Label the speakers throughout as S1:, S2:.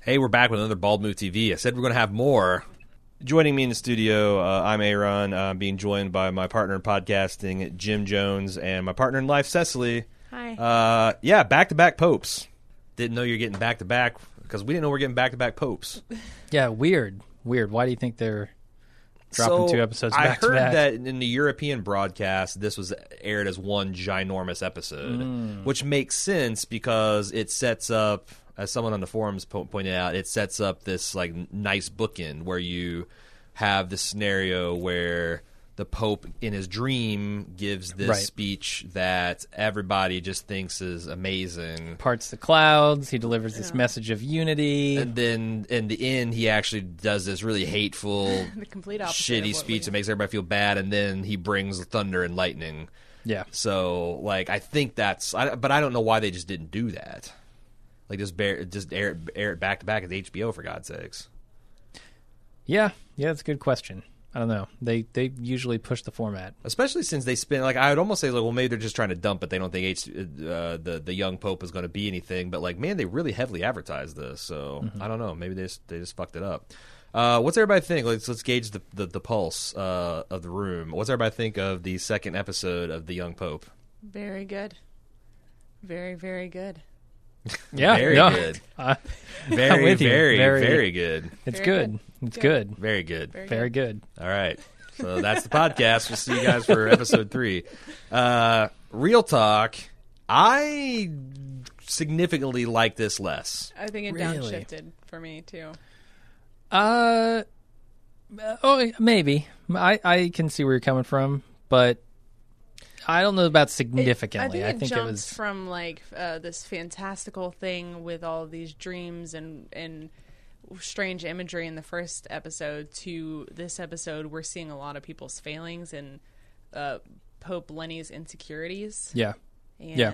S1: Hey, we're back with another Bald Move TV. I said we're going to have more.
S2: Joining me in the studio, uh, I'm Aaron. Uh, I'm being joined by my partner in podcasting, Jim Jones, and my partner in life, Cecily.
S3: Hi.
S2: Uh, yeah, back to back popes.
S1: Didn't know you're getting back to back because we didn't know we are getting back to back popes.
S4: Yeah, weird. Weird. Why do you think they're dropping
S1: So,
S4: two episodes
S1: I
S4: back
S1: heard
S4: to back?
S1: that in the European broadcast, this was aired as one ginormous episode,
S4: Hmm.
S1: which makes sense because it sets up, as someone on the forums po- pointed out, it sets up this like n- nice bookend where you have the scenario where the Pope in his dream gives this
S4: Right.
S1: speech that everybody just thinks is amazing.
S4: parts the clouds. He delivers this message of unity.
S1: And then in the end, he actually does this really hateful,
S3: The complete opposite of
S1: shitty
S3: what
S1: speech
S3: we-
S1: that makes everybody feel bad, and then he brings thunder and lightning.
S4: yeah.
S1: So, like, I think that's, I, but I don't know why they just didn't do that. Like, just bear, just air, it- air it back to back as HBO for God's sakes.
S4: Yeah. Yeah, that's a good question. I don't know. They they usually push the format.
S1: Especially since they spend, like, I would almost say, like, well, maybe they're just trying to dump it. They don't think H, uh, the the young pope is going to be anything. But like, man, they really heavily advertised this. So I don't know. Maybe they just, they just fucked it up. Uh, what's everybody think? Let's let's gauge the the, the pulse uh, of the room. What's everybody think of the second episode of the young pope?
S3: Very good. Very, very good.
S4: Yeah.
S1: Very
S4: no.
S1: good.
S4: Uh, I'm
S1: Very,
S4: with you.
S1: very, very,
S4: Very-
S1: good.
S4: it's
S3: Very
S4: good.
S3: good.
S4: It's good.
S1: Very good.
S3: Very,
S4: Very
S3: good.
S4: good.
S1: All right. So that's the podcast. We'll see you guys for episode three. Uh, real talk. I significantly like this less.
S3: I think it
S4: Really?
S3: downshifted for me too.
S4: Uh, oh, maybe. I I can see where you're coming from, but I don't know about significantly.
S3: I think it
S4: I think it
S3: jumped
S4: was
S3: from like f- uh, this fantastical thing with all of these dreams and and strange imagery in the first episode to this episode. We're seeing a lot of people's failings and uh, Pope Lenny's insecurities.
S4: yeah.
S3: And
S4: Yeah.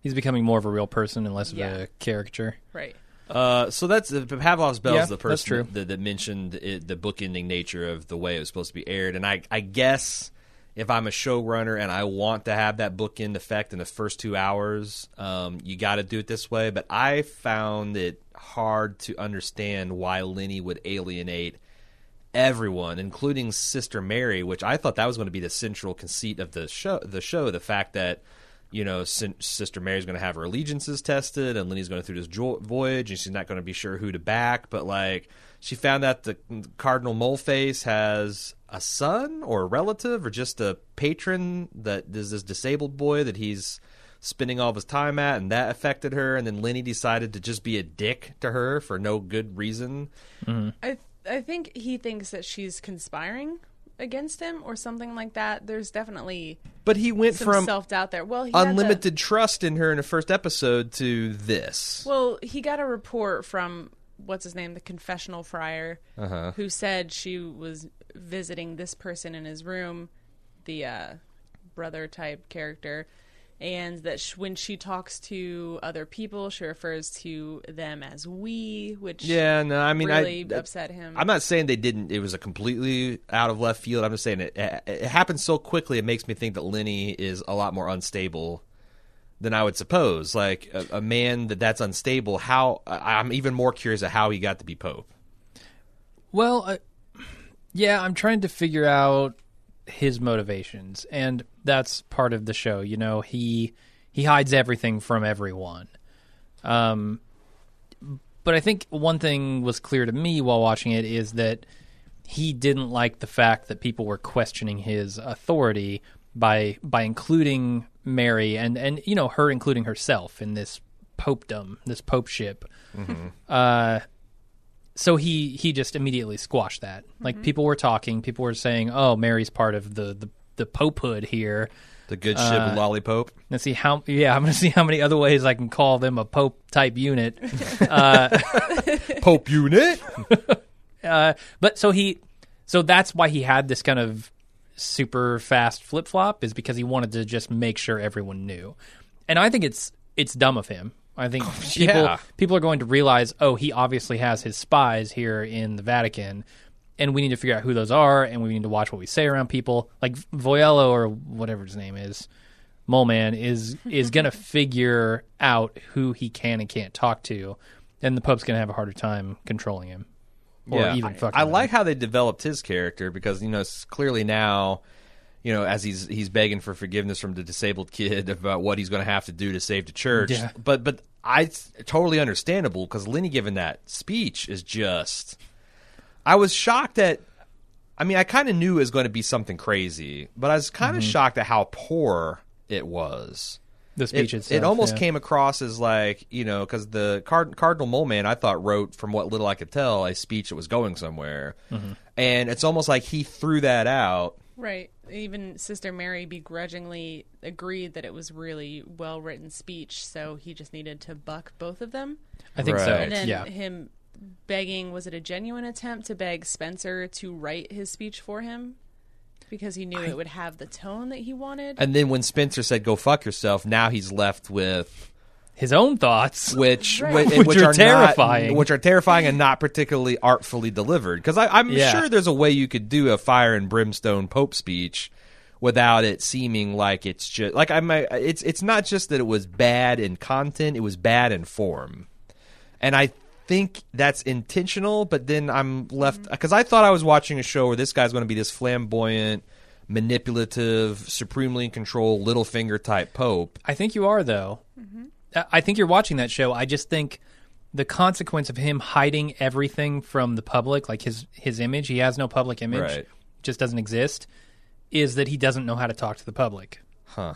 S4: He's becoming more of a real person and less of
S3: Yeah.
S4: a caricature.
S3: right,
S1: Uh, so that's uh, Pavlov's Bell
S4: Yeah,
S1: is the
S4: that's
S1: person
S4: true.
S1: That, that mentioned it, the bookending nature of the way it was supposed to be aired, and I, I guess if I'm a showrunner and I want to have that bookend effect in the first two hours, um, you got to do it this way. But I found it hard to understand why Lenny would alienate everyone, including Sister Mary, which I thought that was going to be the central conceit of the show. The show, the fact that you know Sin- Sister Mary's going to have her allegiances tested, and Lenny's going through this jo- voyage, and she's not going to be sure who to back. But like, she found out the Cardinal Moleface has a son or a relative or just a patron that is this disabled boy that he's spending all of his time at and that affected her and then lenny decided to just be a dick to her for no good reason
S3: I I think he thinks that she's conspiring against him or something like that. There's definitely
S1: but he went
S3: some
S1: from
S3: self doubt there. Well, he had the-
S1: unlimited trust in her in the first episode to this.
S3: well, he got a report from what's his name, the confessional friar,
S1: Uh-huh.
S3: who said she was visiting this person in his room, the uh, brother type character, and that sh- when she talks to other people, she refers to them as we, which
S1: yeah, no, I mean,
S3: really uh,
S1: I,
S3: upset him.
S1: I'm not saying they didn't. It was a completely out of left field. I'm just saying it, it, it happened so quickly. It makes me think that Lenny is a lot more unstable than I would suppose. Like a, a man that that's unstable. How I- I'm even more curious at how he got to be pope.
S4: Well, I, yeah, I'm trying to figure out his motivations, and that's part of the show. You know, he he hides everything from everyone. Um, but I think one thing was clear to me while watching it is that he didn't like the fact that people were questioning his authority by by including Mary and and you know her including herself in this popedom, this popeship. Uh, so he he just immediately squashed that. Like people were talking, people were saying, "Oh, Mary's part of the the, the popehood here."
S1: The good ship lollipop.
S4: Let's see how yeah, I'm gonna see how many other ways I can call them a pope type unit.
S1: Pope unit.
S4: uh, but so he so that's why he had this kind of super fast flip flop is because he wanted to just make sure everyone knew and i think it's it's dumb of him i think people
S1: Oh, yeah.
S4: people are going to realize oh he obviously has his spies here in the vatican and we need to figure out who those are and we need to watch what we say around people like voyello or whatever his name is mole man is is gonna figure out who he can and can't talk to and the Pope's gonna have a harder time controlling him, or even
S1: I-
S4: fucking.
S1: I
S4: with
S1: like
S4: him.
S1: how they developed his character because you know s- clearly now, you know, as he's he's begging for forgiveness from the disabled kid about what he's going to have to do to save the church.
S4: Yeah.
S1: But but I it's totally understandable because Lenny giving that speech is just. I was shocked at. I mean, I kind of knew it was going to be something crazy, but I was kind
S4: Mm-hmm.
S1: of shocked at how poor it was
S4: the speech
S1: it,
S4: itself.
S1: it almost
S4: yeah.
S1: came across as like you know because the Card- Cardinal Moleman I thought wrote from what little I could tell a speech that was going somewhere, and it's almost like he threw that out.
S3: Right. Even Sister Mary begrudgingly agreed that it was really well written speech, so he just needed to buck both of them.
S4: I think
S1: Right.
S4: so.
S3: And then
S4: Yeah.
S3: him begging was it a genuine attempt to beg Spencer to write his speech for him? Because he knew it would have the tone that he wanted.
S1: And then when Spencer said "Go fuck yourself," now he's left with
S4: His own thoughts.
S1: which
S3: Right.
S1: which, which
S4: Which are
S1: not-
S4: terrifying.
S1: which are terrifying and not particularly artfully delivered. Because I'm
S4: Yeah.
S1: sure there's a way you could do a fire and brimstone Pope speech without it seeming like it's just like I might. It's it's not just that it was bad in content; it was bad in form, and I think that's intentional. But then I'm left because I thought I was watching a show where this guy's going to be this flamboyant. Manipulative, supremely in control, little finger type Pope,
S4: I think you are though.
S3: Mm-hmm.
S4: I- I think you're watching that show. I just think the consequence of him hiding everything from the public, like his his image, he has no public image,
S1: Right.
S4: just doesn't exist, is that he doesn't know how to talk to the public. Huh.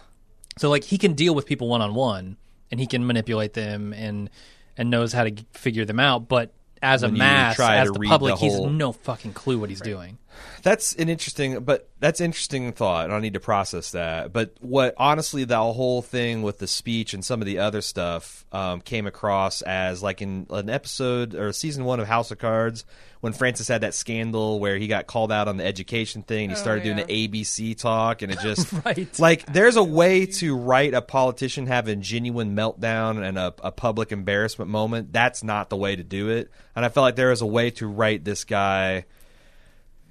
S4: So like he can deal with people one on one, and he can manipulate them and and knows how to g- figure them out, but. As a
S1: When you
S4: mass,
S1: try
S4: as
S1: to
S4: the
S1: read
S4: public,
S1: the
S4: he's
S1: whole-
S4: no fucking clue what he's doing.
S1: That's an interesting, but that's interesting thought, and I need to process that. But what honestly, that whole thing with the speech and some of the other stuff um, came across as like in an episode or season one of House of Cards when Francis had that scandal where he got called out on the education thing and he started doing
S3: yeah.
S1: the ABC talk, and it just
S4: Right.
S1: like there's a way to write a politician having genuine meltdown and a, a public embarrassment moment. That's not the way to do it, and I felt like there is a way to write this guy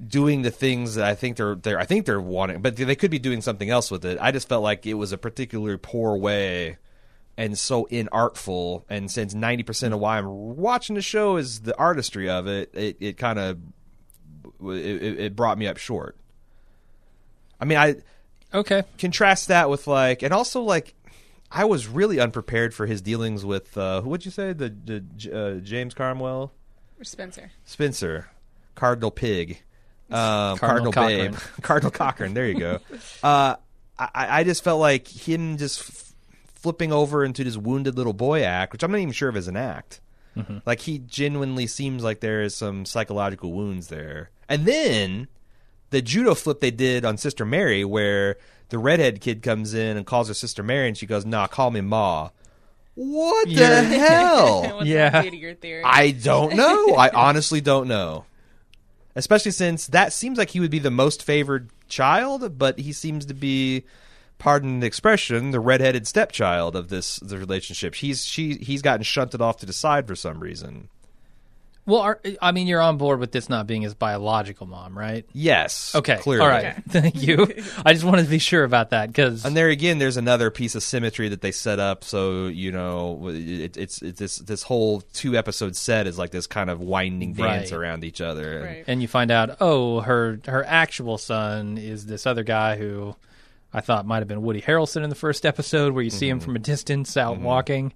S1: doing the things that I think they're they're I think they're wanting, but they could be doing something else with it. I just felt like it was a particularly poor way and so inartful. And since ninety percent of why I'm watching the show is the artistry of it, it it kind of it, it it brought me up short. I mean, I
S4: Okay,
S1: contrast that with like, and also like. I was really unprepared for his dealings with uh, who would you say the, the uh, James Cromwell
S3: Spencer.
S1: Spencer, Cardinal Pig, um, Cardinal,
S4: Cardinal
S1: Babe, Cardinal Cochran. There you go. uh, I, I just felt like him just f- flipping over into this wounded little boy act, which I'm not even sure if is an act. Like he genuinely seems like there is some psychological wounds there. And then the judo flip they did on Sister Mary, where the redhead kid comes in and calls her Sister Mary, and she goes, "Nah, call me Ma." What the
S4: Yeah.
S1: hell?
S3: What's
S4: Yeah.
S3: that do to your theory?
S1: I don't know. I honestly don't know. Especially since that seems like he would be the most favored child, but he seems to be, pardon the expression, the redheaded stepchild of this the relationship. He's she he's gotten shunted off to the side for some reason.
S4: well, are, I mean, you're on board with this not being his biological mom, right?
S1: Yes.
S4: Okay.
S1: Clearly.
S4: All right. Thank you. I just wanted to be sure about that because
S1: And there again, there's another piece of symmetry that they set up. So you know, it, it's it's this this whole two episode set is like this kind of winding dance
S4: Right.
S1: around each other. And-
S3: Right.
S4: and you find out, oh, her her actual son is this other guy who I thought might have been Woody Harrelson in the first episode, where you see
S1: Mm-hmm.
S4: him from a distance out walking.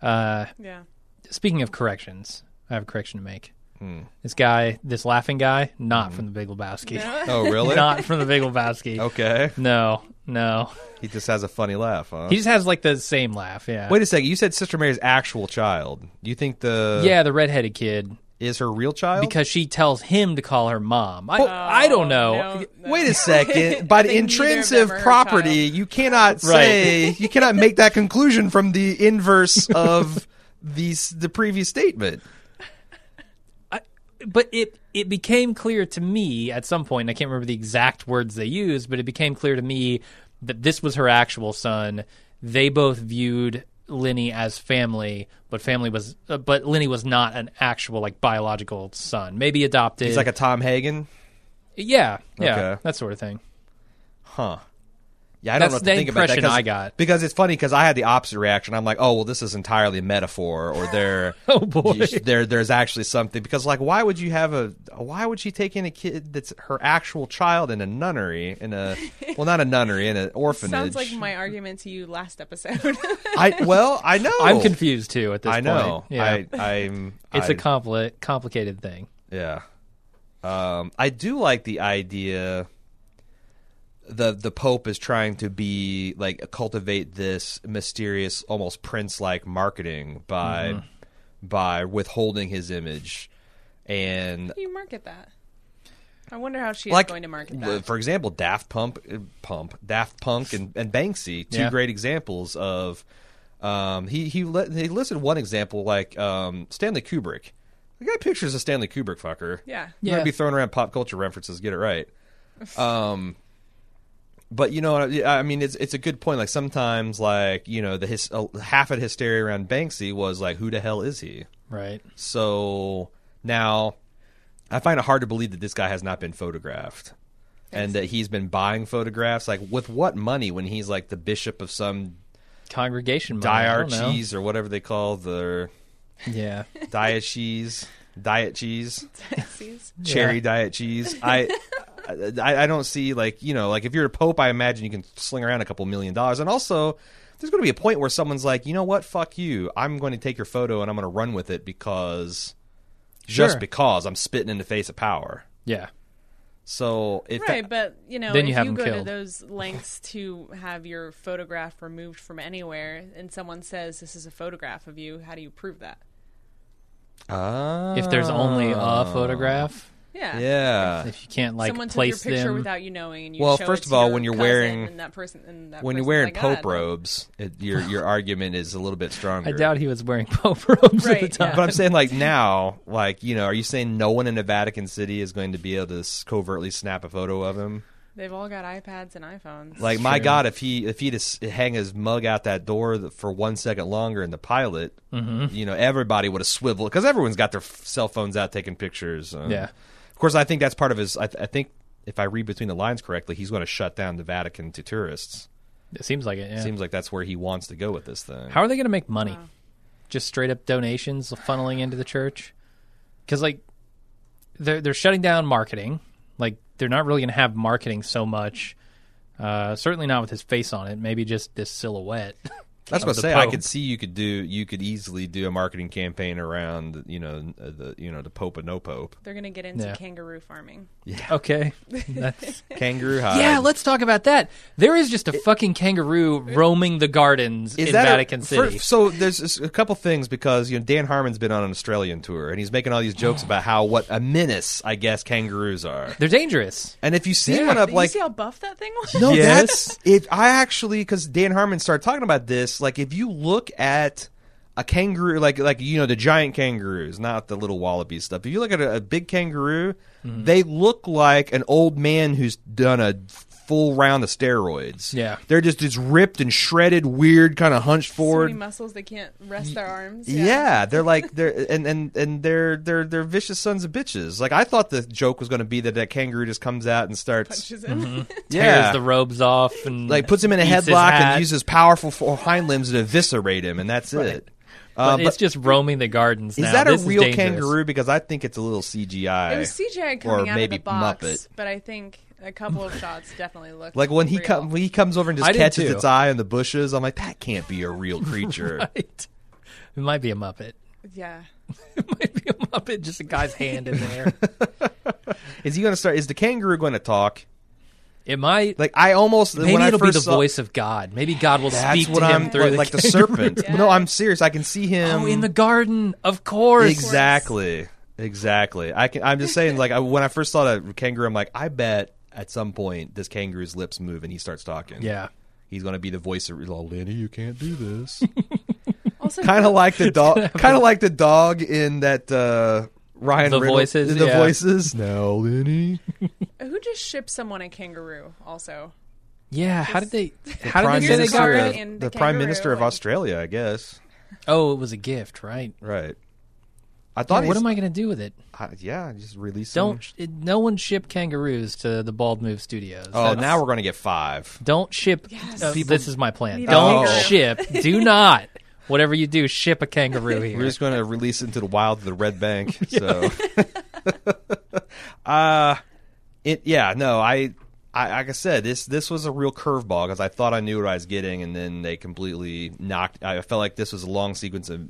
S4: Uh,
S3: Yeah.
S4: speaking of corrections, I have a correction to make.
S1: Hmm.
S4: This guy, this laughing guy, not from the Big Lebowski,
S1: Oh really?
S4: not from the Big Lebowski.
S1: Mm-hmm. okay.
S4: No, no,
S1: He just has a funny laugh, huh?
S4: he just has like the same laugh. Yeah.
S1: Wait a second. You said Sister Mary's actual child. You think the
S4: yeah, the redheaded kid
S1: is her real child?
S4: because she tells him to call her mom. I, I don't know.
S3: No, no.
S1: Wait a second. By the
S3: think neither of
S1: intrinsic
S3: them are her
S1: property, you cannot say you cannot make that conclusion from the inverse of these the previous statement.
S4: but it it became clear to me at some point and i can't remember the exact words they used but it became clear to me that this was her actual son they both viewed Lenny as family but family was uh, but Lenny was not an actual like biological son maybe adopted
S1: It's like a Tom Hagen,
S4: yeah yeah
S1: Okay.
S4: that sort of thing
S1: huh? Yeah, I don't
S4: That's
S1: know what to
S4: the
S1: think about that.
S4: impression
S1: 'cause-
S4: I got.
S1: because it's funny because I had the opposite reaction. I'm like, oh well, this is entirely metaphor, or there,
S4: Oh, boy.
S1: there, there's actually something. Because like, why would you have a? Why would she take in a kid that's her actual child in a nunnery in a? Well, not a nunnery in an orphanage.
S3: Sounds like my argument to you last episode.
S1: I well, I know.
S4: I'm confused too at this
S1: Oh. I
S4: point.
S1: know.
S4: Yeah.
S1: I, I'm.
S4: it's
S1: a
S4: a compli- complicated thing.
S1: yeah. Um, I do like the idea. the The Pope is trying to be like cultivate this mysterious, almost prince like marketing by by withholding his image, and
S3: you market that. I wonder how she
S1: like
S3: is going to market
S1: l-
S3: that.
S1: for example, Daft Pump, Pump, Daft Punk, and, and Banksy, two
S4: Yeah.
S1: great examples of. Um, he he li- he listed one example like um, Stanley Kubrick. The guy pictures a Stanley Kubrick fucker.
S3: yeah.
S1: You're
S4: Yeah.
S1: gonna be throwing around pop culture references. Get it right. Um, but you know, I I mean, it's it's a good point. Like sometimes, like you know, the his, uh, half of the hysteria around Banksy was like, who the hell is he?
S4: Right.
S1: So now, I find it hard to believe that this guy has not been photographed, and that he's been buying photographs. Like with what money when he's like the bishop of some
S4: Congregation. money, I don't know.
S1: diarchese or whatever they call their
S4: Yeah.
S1: diet cheese, diet cheese.
S3: Taxis.
S1: cherry
S4: Yeah.
S1: diet cheese. I, I I don't see like you know like if you're a pope, I imagine you can sling around a couple million dollars. And also, there's going to be a point where someone's like, you know what, fuck you. I'm going to take your photo and I'm going to run with it because just
S4: Sure.
S1: because I'm spitting in the face of power.
S4: Yeah.
S1: So it
S3: Right, but you know,
S4: Then
S3: if
S4: you have
S3: you
S4: them
S3: go to
S4: killed.
S3: those lengths to have your photograph removed from anywhere, and someone says this is a photograph of you, how do you prove that?
S1: Ah,
S4: If there's only a photograph,
S3: Yeah,
S1: yeah.
S4: if you can't like
S3: someone took your
S4: place
S3: picture
S4: them.
S3: without you knowing, and you
S1: Well,
S3: show
S1: first
S3: it
S1: of
S3: to
S1: all,
S3: your
S1: when you're
S3: cousin
S1: wearing-
S3: and that person, and that
S1: When you're
S3: person's
S1: wearing
S3: like, "Ah, "God,
S1: pope robes, it, your your argument is a little bit stronger.
S4: I doubt he was wearing pope robes at the
S3: Right,
S4: time.
S1: But I'm saying, like now, like you know, are you saying no one in the Vatican City is going to be able to s- covertly snap a photo of him?
S3: they've all got iPads and iPhones.
S1: Like my
S4: true.
S1: God, if he if he just hang his mug out that door th- for one second longer in the pilot,
S4: Mm-hmm.
S1: you know everybody would have swiveled because everyone's got their f- cell phones out taking pictures. um,
S4: Yeah.
S1: of course I think that's part of his. I, th- I think if I read between the lines correctly, he's going to shut down the Vatican to tourists.
S4: It seems like it. Yeah.
S1: Seems like that's where he wants to go with this thing.
S4: How are they going to make money? Just straight up donations funneling into the church? Because like they're they're shutting down marketing. Like they're not really going to have marketing so much. Uh, certainly not with his face on it. Maybe just this silhouette.
S1: that's what I
S4: the
S1: say. I
S4: Pope.
S1: could see you could do you could easily do a marketing campaign around you know uh, the you know the Pope and no Pope
S3: They're gonna get into
S4: Yeah.
S3: kangaroo farming.
S4: okay. That's,
S1: kangaroo hide.
S4: yeah, let's talk about that. There is just a fucking kangaroo roaming the gardens in
S1: that a-
S4: Vatican
S1: for-
S4: City.
S1: so there's a couple things because you know Dan Harmon's been on an Australian tour and he's making all these jokes about how what a menace I guess kangaroos are.
S4: they're dangerous.
S1: And if you see
S4: Yeah.
S1: one up
S3: Did
S1: like
S3: you see how buff that thing was?
S1: no,
S4: Yes.
S1: that's it. I actually because Dan Harmon started talking about this. Like if you look at a kangaroo, like like you know the giant kangaroos, not the little wallaby stuff. If you look at a, a big kangaroo,
S4: Mm-hmm.
S1: they look like an old man who's done a full round of steroids.
S4: Yeah.
S1: they're just this ripped and shredded, weird kind of hunched
S3: so
S1: forward.
S3: many muscles they can't rest their arms.
S1: Yeah. they're like they're and and and they're they're they're vicious sons of bitches. Like I thought the joke was going to be that that kangaroo just comes out and starts
S3: Punches in.
S4: Mm-hmm.
S1: yeah,
S4: Tears the robes off and
S1: like puts him in a
S4: eats his
S1: headlock
S4: hat.
S1: and uses powerful fo- hind limbs to eviscerate him, and that's it. Uh,
S4: But it's just roaming the gardens.
S1: is
S4: now.
S1: that a
S4: This
S1: real
S4: dangerous.
S1: kangaroo? Because I think it's a little CGI.
S3: It was CGI coming
S1: or
S3: out
S1: maybe
S3: of the box,
S1: Muppet.
S3: but I think a couple of shots definitely looked
S1: Like when he
S3: real.
S1: comes, when he comes over and just
S4: I did
S1: catches
S4: too.
S1: its eye in the bushes. I'm like, that can't be a real creature.
S4: Right. It might be a Muppet.
S3: yeah,
S4: It might be a Muppet, just a guy's hand in there.
S1: Is he going to start? Is the kangaroo going to talk?
S4: It might.
S1: Like I almost when
S4: maybe
S1: I
S4: it'll be
S1: first
S4: the
S1: saw-
S4: voice of God. Maybe God will
S1: That's
S4: speak
S1: what
S4: to
S1: I'm
S4: him through
S1: like the,
S4: kangaroo.
S1: serpent.
S3: Yeah.
S1: No, I'm serious. I can see him
S4: Oh, in the garden, of course.
S1: exactly, exactly. I can. I'm just saying, like I, when I first saw that kangaroo, I'm like, I bet at some point this kangaroo's lips move and he starts talking.
S4: Yeah.
S1: he's gonna be the voice of oh, Lenny. You can't do this.
S3: also
S1: kind of like the dog. Kind of like the dog in that uh, Ryan.
S4: The
S1: Reynolds-
S4: Voices,
S1: The
S4: yeah.
S1: voices. Now, Lenny.
S3: who just shipped someone a kangaroo. Also,
S4: Yeah. How did they? How
S1: Prime
S4: did they say they
S1: Minister.
S4: got rid
S1: Of,
S4: of?
S3: And
S1: the
S3: the
S1: Prime Minister of
S3: kangaroo and-
S1: Australia, I guess.
S4: Oh, it was a gift, right?
S1: Right. I thought.
S4: what
S1: he's-
S4: am I going to do with it?
S1: I- yeah, just release. him.
S4: Don't it, no one ship kangaroos to the Bald Move Studios.
S1: Oh,
S4: That's-
S1: now we're gonna get five.
S4: don't ship. uh, this is my plan.
S3: need
S1: a
S4: Don't
S1: kangaroo.
S4: ship. Do not. Whatever you do, ship a kangaroo
S1: We're
S4: here.
S1: just gonna release into the wild of the Red Bank. So, uh, it yeah no I. I, like I said, this this was a real curveball because I thought I knew what I was getting, and then they completely knocked. I felt like this was a long sequence of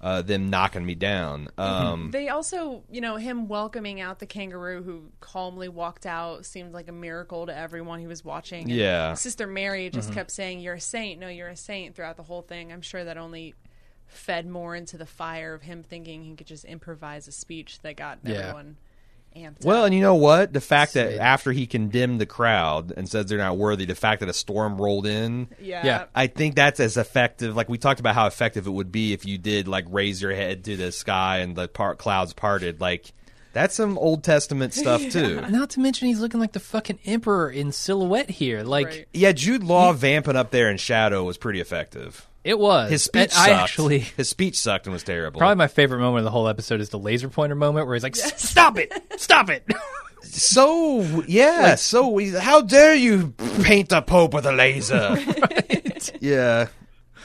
S1: uh, them knocking me down. Um,
S3: They also, you know, him welcoming out the kangaroo who calmly walked out seemed like a miracle to everyone who was watching. And
S1: Yeah.
S3: Sister Mary just kept saying, You're a saint. No, you're a saint throughout the whole thing. I'm sure that only fed more into the fire of him thinking he could just improvise a speech that got
S4: Yeah.
S3: everyone amped
S1: Well,
S3: up.
S1: and you know what? The fact that
S4: Sweet.
S1: after he condemned the crowd and says they're not worthy, the fact that a storm rolled in,
S3: Yeah.
S4: yeah.
S1: I think that's as effective. Like we talked about how effective it would be if you did like raise your head to the sky and the par- clouds parted. Like that's some Old Testament stuff too.
S4: Not to mention he's looking like the fucking emperor in silhouette here. Like
S3: Right.
S1: Yeah, Jude Law vamping up there in shadow was pretty effective.
S4: it was.
S1: His
S4: And
S1: speech
S4: I
S1: sucked.
S4: actually
S1: his speech sucked and was terrible.
S4: probably my favorite moment of the whole episode is the laser pointer moment where he's like, "Stop it! Stop it!"
S1: so yeah, so we, how dare you paint the Pope with a laser? Yeah.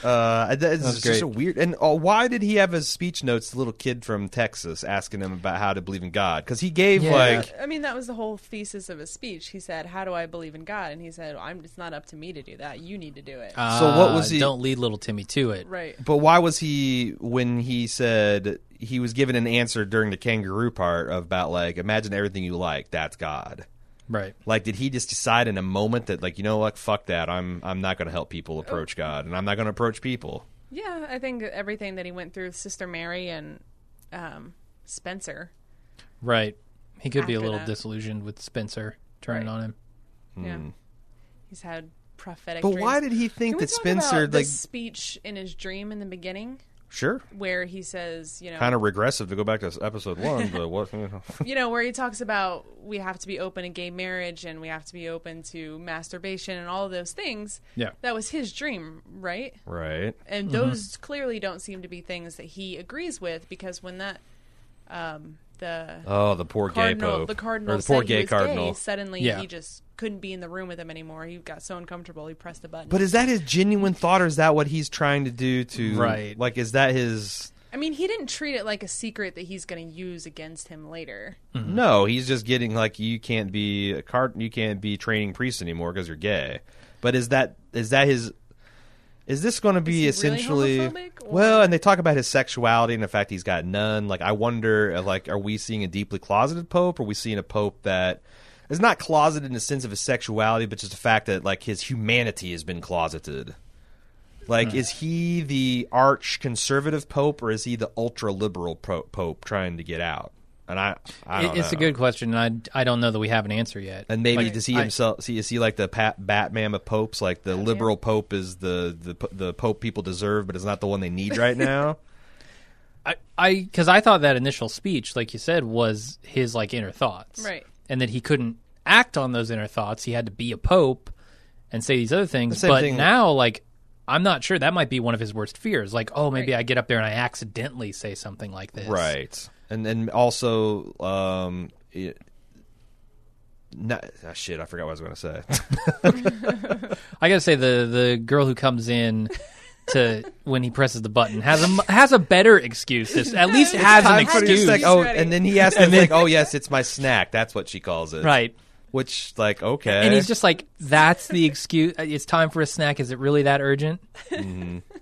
S1: Uh, that is just
S4: great.
S1: a weird. And uh, why did he have his speech notes? The little kid from Texas asking him about how to believe in God because he gave
S4: Yeah.
S1: like
S3: I mean, that was the whole thesis of his speech. He said, How do I believe in God? And he said, I'm, It's not up to me to do that. You need to do it.
S1: So what was
S4: Ah,
S1: he-
S4: Don't lead little Timmy to it.
S3: right.
S1: But why was he when he said he was given an answer during the kangaroo part of about like imagine everything you like that's God.
S4: Right.
S1: Like, did he just decide in a moment that like you know what fuck that I'm I'm not going to help people approach God and I'm not going to approach people.
S3: Yeah, I think everything that he went through with Sister Mary and um, Spencer.
S4: Right. He could be a
S3: After
S4: little
S3: that.
S4: disillusioned with Spencer turning
S3: Right.
S4: on him.
S3: Yeah, he's had prophetic.
S1: Hmm. But
S3: dreams.
S1: why did he think
S3: Can we
S1: that
S3: talk
S1: Spencer
S3: about the
S1: like
S3: speech in his dream in the beginning
S1: sure
S3: where he says, you know,
S1: kind of regressive to go back to episode one? but what
S3: you know, where he talks about we have to be open to gay marriage and we have to be open to masturbation and all of those things.
S4: Yeah.
S3: that was his dream, right?
S1: right?
S3: and those clearly don't seem to be things that he agrees with because when that um the
S1: Oh, the poor gay
S3: cardinal
S1: pope.
S3: the cardinal
S1: or the poor
S3: said he
S1: gay
S3: was
S1: cardinal.
S3: gay, suddenly
S4: Yeah.
S3: he just couldn't be in the room with him anymore he got so uncomfortable he pressed the button
S1: But is that his genuine thought, or is that what he's trying to do? To
S4: Right.
S1: like, is that his?
S3: i mean he didn't treat it like a secret that he's going to use against him later
S1: No, he's just getting like you can't be a card, you can't be training priests anymore because you're gay. But is that is that his? Is this going to be
S3: Is he really
S1: essentially
S3: homophobic, or-
S1: well? And they talk about his sexuality and the fact he's got none. Like, I wonder, uh, like, are we seeing a deeply closeted pope? Are we seeing a pope that is not closeted in the sense of his sexuality, but just the fact that like his humanity has been closeted? Like,
S3: Hmm.
S1: is he the arch conservative pope or is he the ultra liberal pro- pope trying to get out? And I, I
S4: It,
S1: don't
S4: it's a
S1: know.
S4: good question, and I, I don't know that we have an answer yet.
S1: And maybe
S4: Like,
S1: does he
S4: I-
S1: himself see is he like the Pat, Batman of popes? Like the liberal pope is the, the p- the pope people deserve, but it's not the one they need right now.
S4: I, I, because I thought that initial speech, like you said, was his like inner thoughts,
S3: Right.
S4: And that he couldn't act on those inner thoughts. He had to be a pope and say these other things.
S1: same
S4: But
S1: thing-
S4: now, like, I'm not sure. That might be one of his worst fears. Like, oh, maybe I get up there and I accidentally say something like this,
S1: right. And then also, um, it, not, ah, shit, I forgot what I was going to say.
S4: I gotta say the the girl who comes in to when he presses the button has a m- has a better excuse. This at least has an
S1: Time for your
S4: excuse,
S1: snack.
S3: He's
S1: Oh,
S3: ready.
S1: and then he asked, and like, oh yes, it's my snack. That's what she calls it,
S4: right?
S1: Which, like, okay,
S4: And he's just like, "That's the excuse. uh, It's time for a snack. Is it really that urgent?"
S1: Mm-hmm.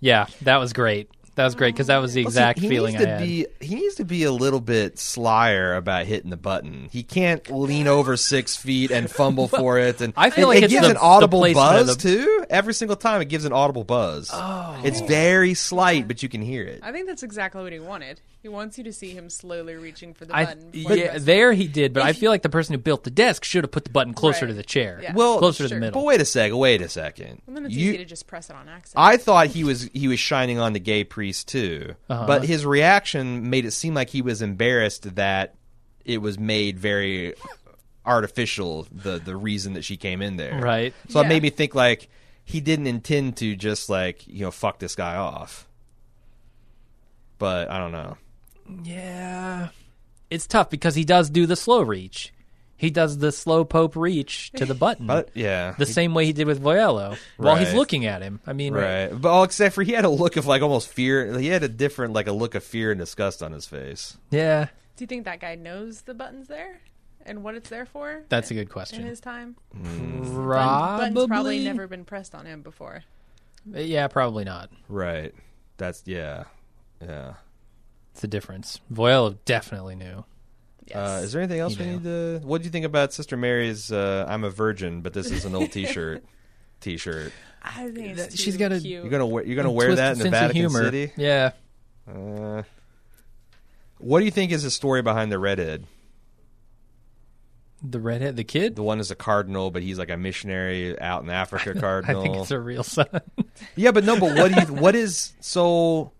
S4: Yeah, that was great. That was great because that was the
S1: Well, see,
S4: exact
S1: he
S4: feeling I
S1: needs
S4: had.
S1: to be he needs to be a little bit slyer about hitting the button. He can't lean over six feet and fumble for it. And
S4: I feel
S1: it-
S4: like
S1: it
S4: it's
S1: gives
S4: the-
S1: an audible
S4: the placement of
S1: buzz
S4: the-
S1: too. Every single time, it gives an audible buzz. Oh. It's very slight, but you can hear it.
S3: i think that's exactly what he wanted he wants you to see him slowly reaching for the
S4: I,
S3: button before he
S4: yeah,
S3: presses
S4: there he did, but I feel like the person who built the desk should have put the button closer
S3: Right.
S4: to the chair,
S3: Yeah.
S1: Well,
S4: closer to
S3: sure.
S4: the
S1: But
S4: middle.
S1: wait a second. Wait a second.
S3: it. and then it's
S1: You-
S3: easy to just press it on accident
S1: I thought he was he was shining on the gay priest too,
S4: Uh-huh.
S1: but his reaction made it seem like he was embarrassed that it was made very artificial. The the reason that she came in there,
S4: Right.
S1: So it
S3: Yeah.
S1: made me think like he didn't intend to just like you know fuck this guy off, but I don't know.
S4: Yeah. It's tough because he does do the slow reach. He does the slow pope reach to the button.
S1: But yeah,
S4: the same way he did with Voyello while he's
S1: Right.
S4: looking at him. I mean,
S1: right. But all except for he had a look of like almost fear. He had a different like a look of fear and disgust on his face.
S4: yeah,
S3: Do you think that guy knows the buttons there and what it's there for?
S4: that's a good
S3: in
S4: question.
S3: his time,
S1: Mm.
S4: Hmm. Probably,
S3: buttons probably never been pressed on him before.
S4: Yeah, probably not.
S1: Right. That's yeah, yeah.
S4: It's the difference. Voyello definitely knew.
S3: Yes.
S1: Uh, is there anything else we
S4: You
S1: need to? What do you think about Sister Mary's? Uh, I'm a virgin, but this is an old T-shirt. T-shirt.
S3: I think
S4: that-
S3: it's
S4: she's
S3: too
S4: gotta-
S3: cute.
S1: You're gonna wear. You're gonna wear
S4: Twisted
S1: that in the
S4: sense of
S1: Vatican
S4: humor.
S1: City.
S4: Yeah.
S1: Uh, what do you think is the story behind the redhead?
S4: The redhead, the kid?
S1: The one is a cardinal, but he's like a missionary out in Africa cardinal.
S4: I think it's a real son.
S1: Yeah, but no, but what do you, what is so?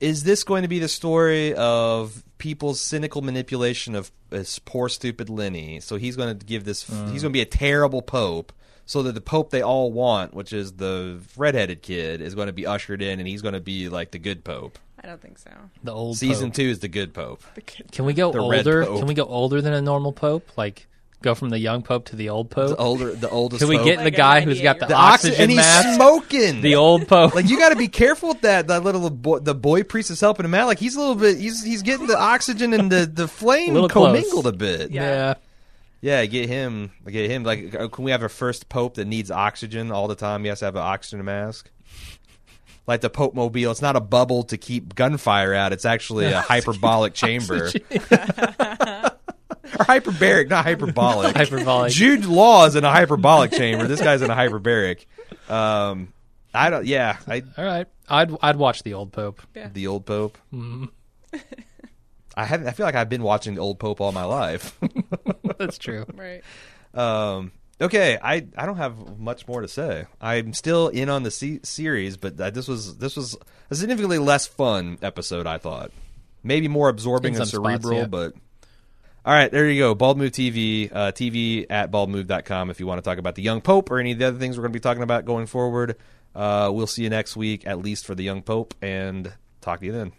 S1: Is this going to be the story of people's cynical manipulation of this poor stupid Lenny? So he's going to give this.
S4: Mm.
S1: He's going to be a terrible pope, so that the pope they all want, which is the redheaded kid, is going to be ushered in, and he's going to be like the good pope.
S3: I don't think so.
S4: the old
S1: Season
S4: pope.
S1: two is the good pope.
S4: Can we go
S1: the red
S4: older?
S1: pope.
S4: Can we go older than a normal pope? Like go from the young pope to the old
S1: The
S4: pope?
S1: older, the oldest.
S4: Can we
S1: pope.
S4: get
S3: Like
S4: the
S3: a
S4: guy who's got the,
S3: 98-year-old. The
S4: oxygen,
S1: and he's
S4: mask?
S1: smoking
S4: The old pope.
S1: Like you got to be careful with that. That little boy, the boy priest is helping him out. Like he's a little bit. He's he's getting the oxygen and the the flame
S4: Little close.
S1: commingled a bit.
S4: yeah.
S1: yeah. Get him. Get him. Like, uh, can we have a first pope that needs oxygen all the time? He has to have an oxygen mask. Like the Pope Mobile, it's not a bubble to keep gunfire out. It's actually a hyperbolic chamber, or hyperbaric, not hyperbolic.
S4: hyperbolic.
S1: Jude Law is in a hyperbolic chamber. This guy's in a hyperbaric. Um, I don't. Yeah, I
S4: All right, I'd I'd watch the old pope.
S3: Yeah.
S1: the old pope.
S4: Mm-hmm.
S1: I haven't. I feel like I've been watching the old pope all my life.
S4: That's true.
S3: Right.
S1: um, okay, I I don't have much more to say. I'm still in on the se- series, but I, this was this was a significantly less fun episode. I thought maybe more absorbing
S4: In
S1: and
S4: some spots,
S1: cerebral,
S4: yeah.
S1: but. All right, there you go. Bald Move TV, uh, TV at baldmove.com if you want to talk about the Young Pope or any of the other things we're going to be talking about going forward. Uh, we'll see you next week, at least for the Young Pope, and talk to you then.